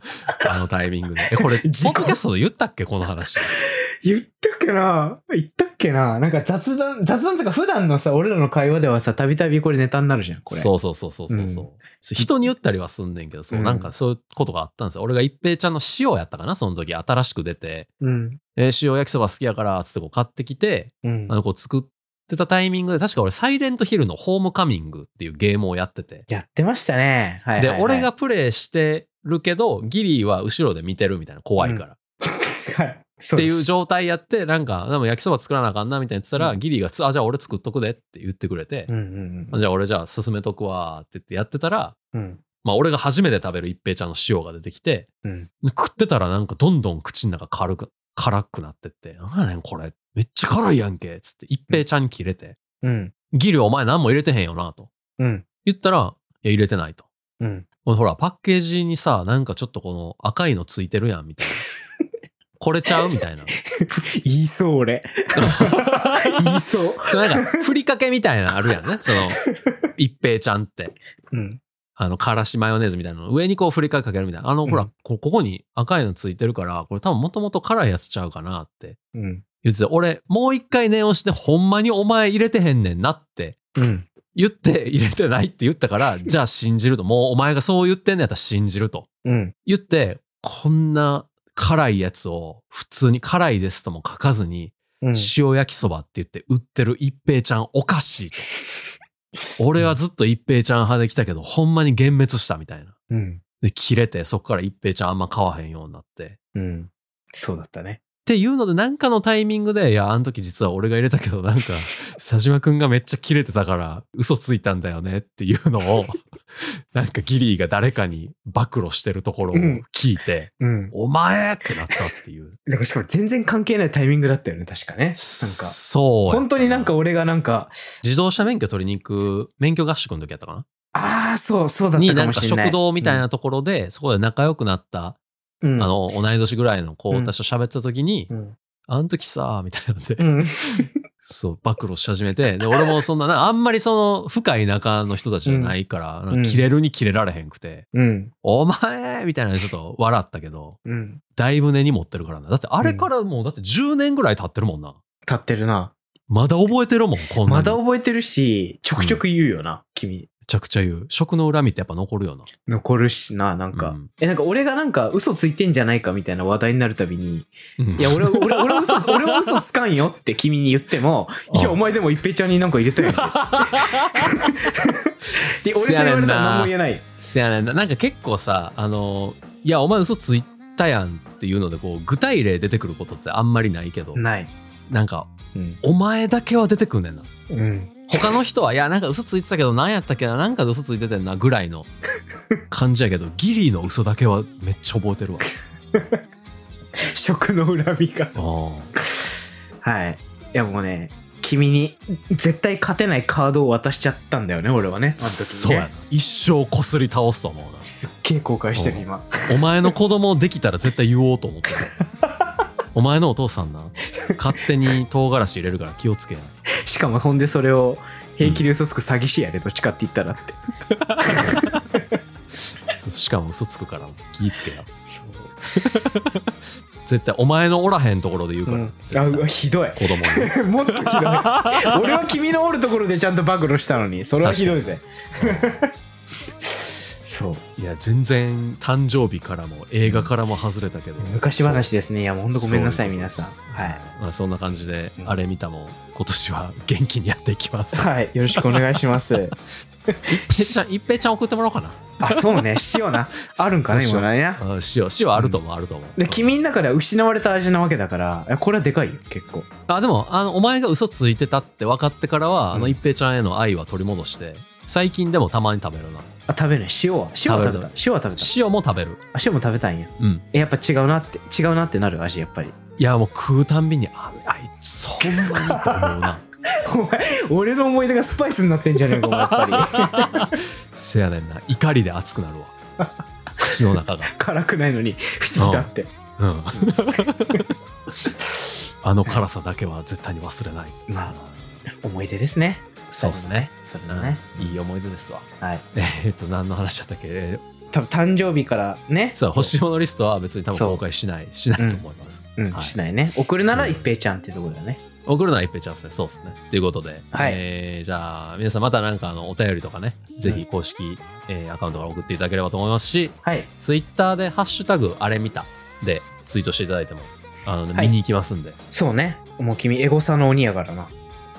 S1: のタイミングで。え、こ れ、ポ
S2: 事故
S1: ッドキャストで言ったっけこの話。
S2: 言ったっけな言ったっけななんか雑談、雑談とか普段のさ、俺らの会話ではさ、たびたびこれネタになるじゃん、これ。
S1: そうそうそうそうそうそう、
S2: うん
S1: 人に言ったりはすんねんけど、そう、
S2: うん
S1: なんかそういうことがあったんですよ。俺が一平ちゃんの塩やったかな、その時、新しく出て、
S2: う。うん。
S1: えー塩焼きそば好きやから、つってこう買ってきて、
S2: うん
S1: あ。の子作ってたタイミングで、確か俺、サイレントヒルのホームカミングっていうゲームをやってて、
S2: やってましたね。はいはいはい、
S1: で、俺が、プレイしてるけど、ギリーは後ろで見てるみたいな、怖いから。
S2: はい。そ
S1: って
S2: で
S1: い
S2: す
S1: う状態やって、なんか、でも焼きそば作らなあかんなみたいに言ってたら、
S2: うん
S1: ギリがつ、あ、じゃあ俺作っとくでって言ってくれて、
S2: うんうん
S1: じゃあ俺じゃあ進めとくわーって言ってやってたら、
S2: うん。うん。
S1: まあ俺が初めて食べる一平ちゃんの塩が出てきて、
S2: うん
S1: 食ってたらなんかどんどん口の中軽く、辛くなってって、なんやねんこれ、めっちゃ辛いやんけ、つって一平ちゃんに切れて、
S2: うん。
S1: ギリお前何も入れてへんよなと。
S2: うん。
S1: 言ったら、いや入れてないと。
S2: うん。
S1: ほら、パッケージにさ、なんかちょっとこの赤いのついてるやん、みたい な。これちゃうみたいな。
S2: 言いそう、 俺。言いそう。
S1: それなんか、ふりかけみたいなのあるやん ね。その、一平ちゃんって。
S2: うん。
S1: あの、からしマヨネーズみたいなの上にこうふりかけかけるみたいな。あの、ほら、
S2: うん
S1: こここに赤いのついてるから、これ多分もともと辛いやつちゃうかなって
S2: うん。
S1: 言ってて、俺、もう一回念押して、ほんまにお前入れてへんねんなって
S2: うん。
S1: 言って、入れてないって言った から、じゃあ信じると。もうお前がそう言ってんねやったら信じると。
S2: うん。
S1: 言って、こんな辛いやつを普通に辛いですとも書かずに、
S2: うん。
S1: 塩焼きそばって言って売ってる一平ちゃんおかしい と。俺はずっと一平ちゃん派で来たけど、ほんまに幻滅したみたいな。
S2: うん。
S1: で、切れて、そっから一平ちゃんあんま買わへんようになって。っ
S2: うん。そうだったね。
S1: ていうので、なんかのタイミングで、いや、あの時実は俺が入れたけど、なん か、佐島くんがめっちゃ切れてたから、嘘ついたんだよねっていうの を、なんかギリーが誰かに暴露してるところを聞いて、
S2: うん。
S1: お前ってなったっていう。
S2: なんかしかも全然関係ないタイミングだったよね、確かね。なんか。
S1: そうやった。
S2: 本当になんか俺がなんか、
S1: 自動車免許取りに行く免許合宿の時やったかな
S2: ああ、そう、そうだっ
S1: に
S2: た
S1: な
S2: か
S1: ん
S2: も
S1: か
S2: しれない。
S1: 食堂みたいなところで、そこで仲良くなった、
S2: うん、うん
S1: あ、の同い年ぐらいの子たちと喋ってた時に、
S2: うん。
S1: あの時さみたいなので、
S2: うん。
S1: そう暴露し始めてで俺もそんななあんまりその深い仲の人たちじゃないから、
S2: ん
S1: なんか切れるに切れられへんくて
S2: うん。
S1: 「お前!」みたいなのでちょっと笑ったけど
S2: うん。
S1: だいぶ根に持ってるからなだってあれからもうだって10年ぐらい経ってるもんな
S2: 立ってるな。
S1: まだ覚えてるもんこんな
S2: ま
S1: に
S2: だ
S1: め
S2: 覚えてるし、ちょくちょく言うよな、君。
S1: ちゃくちゃ言う食の恨みってやっぱ残るよな
S2: 残るしな、なんか。
S1: うん
S2: え、なんか俺がなんか嘘ついてんじゃないかみたいな話題になるたびに、
S1: うん
S2: いや、俺は、俺は、俺は嘘つ、俺は嘘つかんよって君に言っても、
S1: うん
S2: いや、お前でも一平ちゃんになんか入れたよって、つって。 で、俺それ言われたら何も言えない。
S1: せやねんななんか結構さあのいやお前嘘ついたやんっていうのでこう具体例出てくることってあんまりないけど
S2: ない。
S1: なんか
S2: うん。
S1: お前だけは出てくんねんな
S2: うん。
S1: 他の人はいやなんか嘘ついてたけど何やったっけななんかで嘘ついててんなぐらいの感じやけど ギリの嘘だけはめっちゃ覚えてるわ
S2: 食の恨みが。
S1: う
S2: はい。いやもうね、君に絶対勝てないカードを渡しちゃったんだよね、俺はね。あ
S1: ん
S2: の時にね
S1: そうやな一生こすり倒すと思うな
S2: すっげえ後悔してる今。
S1: お前の子供できたら絶対言おうと思 ってるお前のお父さんな勝手に唐辛子入れるから気をつけや
S2: しかもほんでそれを平気で嘘つく詐欺師やで、どっちかって言ったらって。
S1: そしかも嘘つくから気ぃつけや
S2: そう。
S1: 絶対お前のおらへんところで言うから、
S2: ん、
S1: 絶
S2: あ
S1: 対
S2: うわひどい。
S1: 子供に
S2: もっとひどい。俺は君のおるところでちゃんと暴露したのに、それはひどいぜ。そう。
S1: いや全然誕生日からも映画からも外れたけど
S2: 昔話ですね。いや、もうほんとごめんなさい、
S1: そういうこ
S2: 皆
S1: とです
S2: さん。はい。
S1: まあ、そんな感じで、
S2: うん
S1: あれ見たも今年は元気にやっていきます。
S2: はい。よろしくお願いし ます。
S1: 一平ちゃん、一平ちゃん送ってもらおうかな。
S2: あ、そうね。塩な。あるんかね、
S1: そうしよ
S2: 今
S1: う
S2: なや。
S1: あしよう、しようあると思う、あると思う。
S2: で君の中では失われた味なわけだから、えこれはでかいよ、結構。
S1: あでもあの、お前が嘘ついてたって分かってからは、あ
S2: う
S1: の
S2: ん
S1: 一平ちゃんへの愛は取り戻して、最近でもたまに食べるな。
S2: あ、食べない。塩は。塩は食べ
S1: 食べ
S2: た
S1: る。
S2: 塩は食べた。
S1: 塩も食べる。
S2: あ塩も食べたんや。
S1: うん。
S2: えやっぱ違うなって、違うなってなる味、やっぱり。
S1: いや、もう食うたんびに、ああいつ、ほんまにと思うな。
S2: お前、俺の思い出がスパイスになってんじゃねえか、お前やっぱり。
S1: せやねんな。怒りで熱くなるわ。 口の中が。
S2: 辛くないのに、不思議だって。
S1: うん。あの辛さだけは絶対に忘れない。
S2: まあ、思い出ですね。
S1: そうですね。
S2: それ
S1: う
S2: はね。
S1: ん、いい思い出ですわ。
S2: はい。
S1: えーっと、何の話だったっけ、えー
S2: 多分誕生日からね。
S1: そう、欲しいものリストは別に多分公開しない、しないと思います。
S2: うん、
S1: はい
S2: しないね。送るなら
S1: うん
S2: 一平ちゃんってところだね。
S1: 送るのは一平ちゃんですね。そうですね。ということで、
S2: はい
S1: えーじゃあ、皆さんまたなんかあのお便りとかね、ぜひ公式、えーアカウントから送っていただければと思いますし、
S2: はい。
S1: ツイッターでハッシュタグあれ見たでツイートしていただいても、あのね、
S2: はい
S1: 見に行きますんで、
S2: そうね。もう君、エゴサの鬼やからな。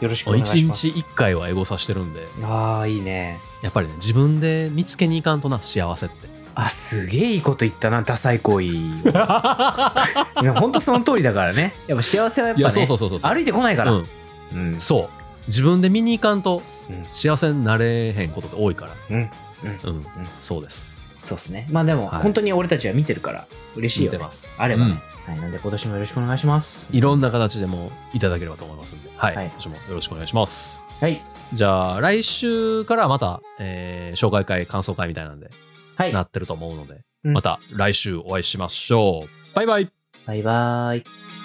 S2: よろしくお願い
S1: 1
S2: します。
S1: 日1回はエゴサしてるんで、
S2: ああ、いいね。
S1: やっぱりね、自分で見つけに行かんとな、幸せって。
S2: あ、すげえいいこと言ったな、ダサい 行為を。いやほんとその通りだからね。やっぱ幸せはやっ
S1: い
S2: ぱね、
S1: や、そうそうそうそうそう。
S2: 歩いてこないから。
S1: う
S2: うんん。。うん。
S1: そう。自分で見に行かんと
S2: うん
S1: 幸せになれへんことって多いから。
S2: うん。
S1: うん。そうです。
S2: そうですね。まあでも、
S1: はい
S2: 本当に俺たちは見てるから、嬉しい
S1: 見
S2: よ、
S1: て
S2: ね。
S1: ます。
S2: あれば
S1: う
S2: ね
S1: ん
S2: はい。なんで今年もよろしくお願いします。
S1: いろんな形でもいただければと思いますんで、はい。
S2: はい
S1: 今年もよろしくお願いします。
S2: はい。
S1: じゃあ、来週からまた、えー紹介会、感想会みたいなんで、
S2: はい。
S1: なってると思うので、
S2: うん
S1: また来週お会いしましょう。バイバイ
S3: バイバーイ。